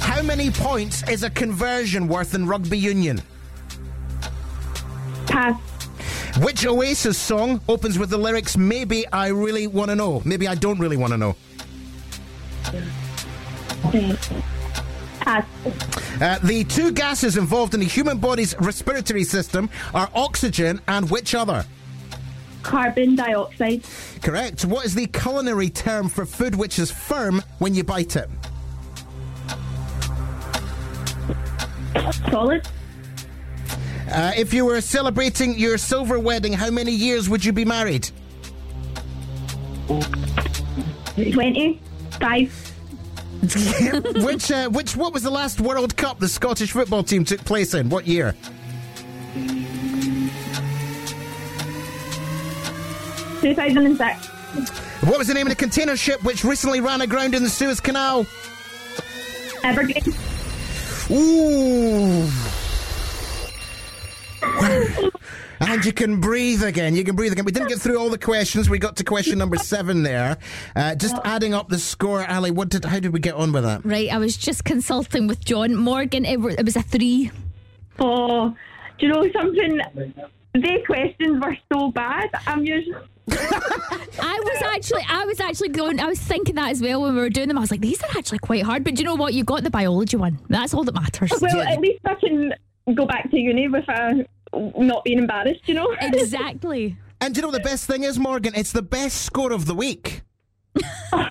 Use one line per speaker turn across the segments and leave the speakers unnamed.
How many points is a conversion worth in rugby union?
Pass.
Which Oasis song opens with the lyrics Maybe I really want to know? Maybe I don't really want to know.
Pass.
Uh, the two gases involved in the human body's respiratory system are oxygen and which other?
Carbon dioxide.
Correct. What is the culinary term for food which is firm when you bite it?
Solid.
Uh, if you were celebrating your silver wedding, how many years would you be married?
20. Five.
which, uh, which, what was the last World Cup the Scottish football team took place in? What year?
Two thousand and six.
What was the name of the container ship which recently ran aground in the Suez Canal?
Evergreen.
Ooh. And you can breathe again. You can breathe again. We didn't get through all the questions. We got to question number seven there. Uh, just adding up the score, Ali. What did? How did we get on with that?
Right, I was just consulting with John Morgan. It, wa- it was a three.
Oh, do you know something? They questions were so bad. I'm usually.
I was actually, I was actually going. I was thinking that as well when we were doing them. I was like, these are actually quite hard. But do you know what? You got the biology one. That's all that matters.
Well, at least I can go back to uni without not being embarrassed. You know.
exactly.
And do you know what the best thing is, Morgan? It's the best score of the week. Yeah,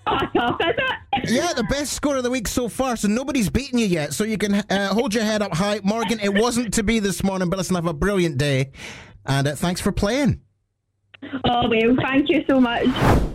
the best score of the week so far. So nobody's beaten you yet. So you can uh, hold your head up high, Morgan. It wasn't to be this morning, but listen, have a brilliant day, and uh, thanks for playing.
oh well, thank you so much.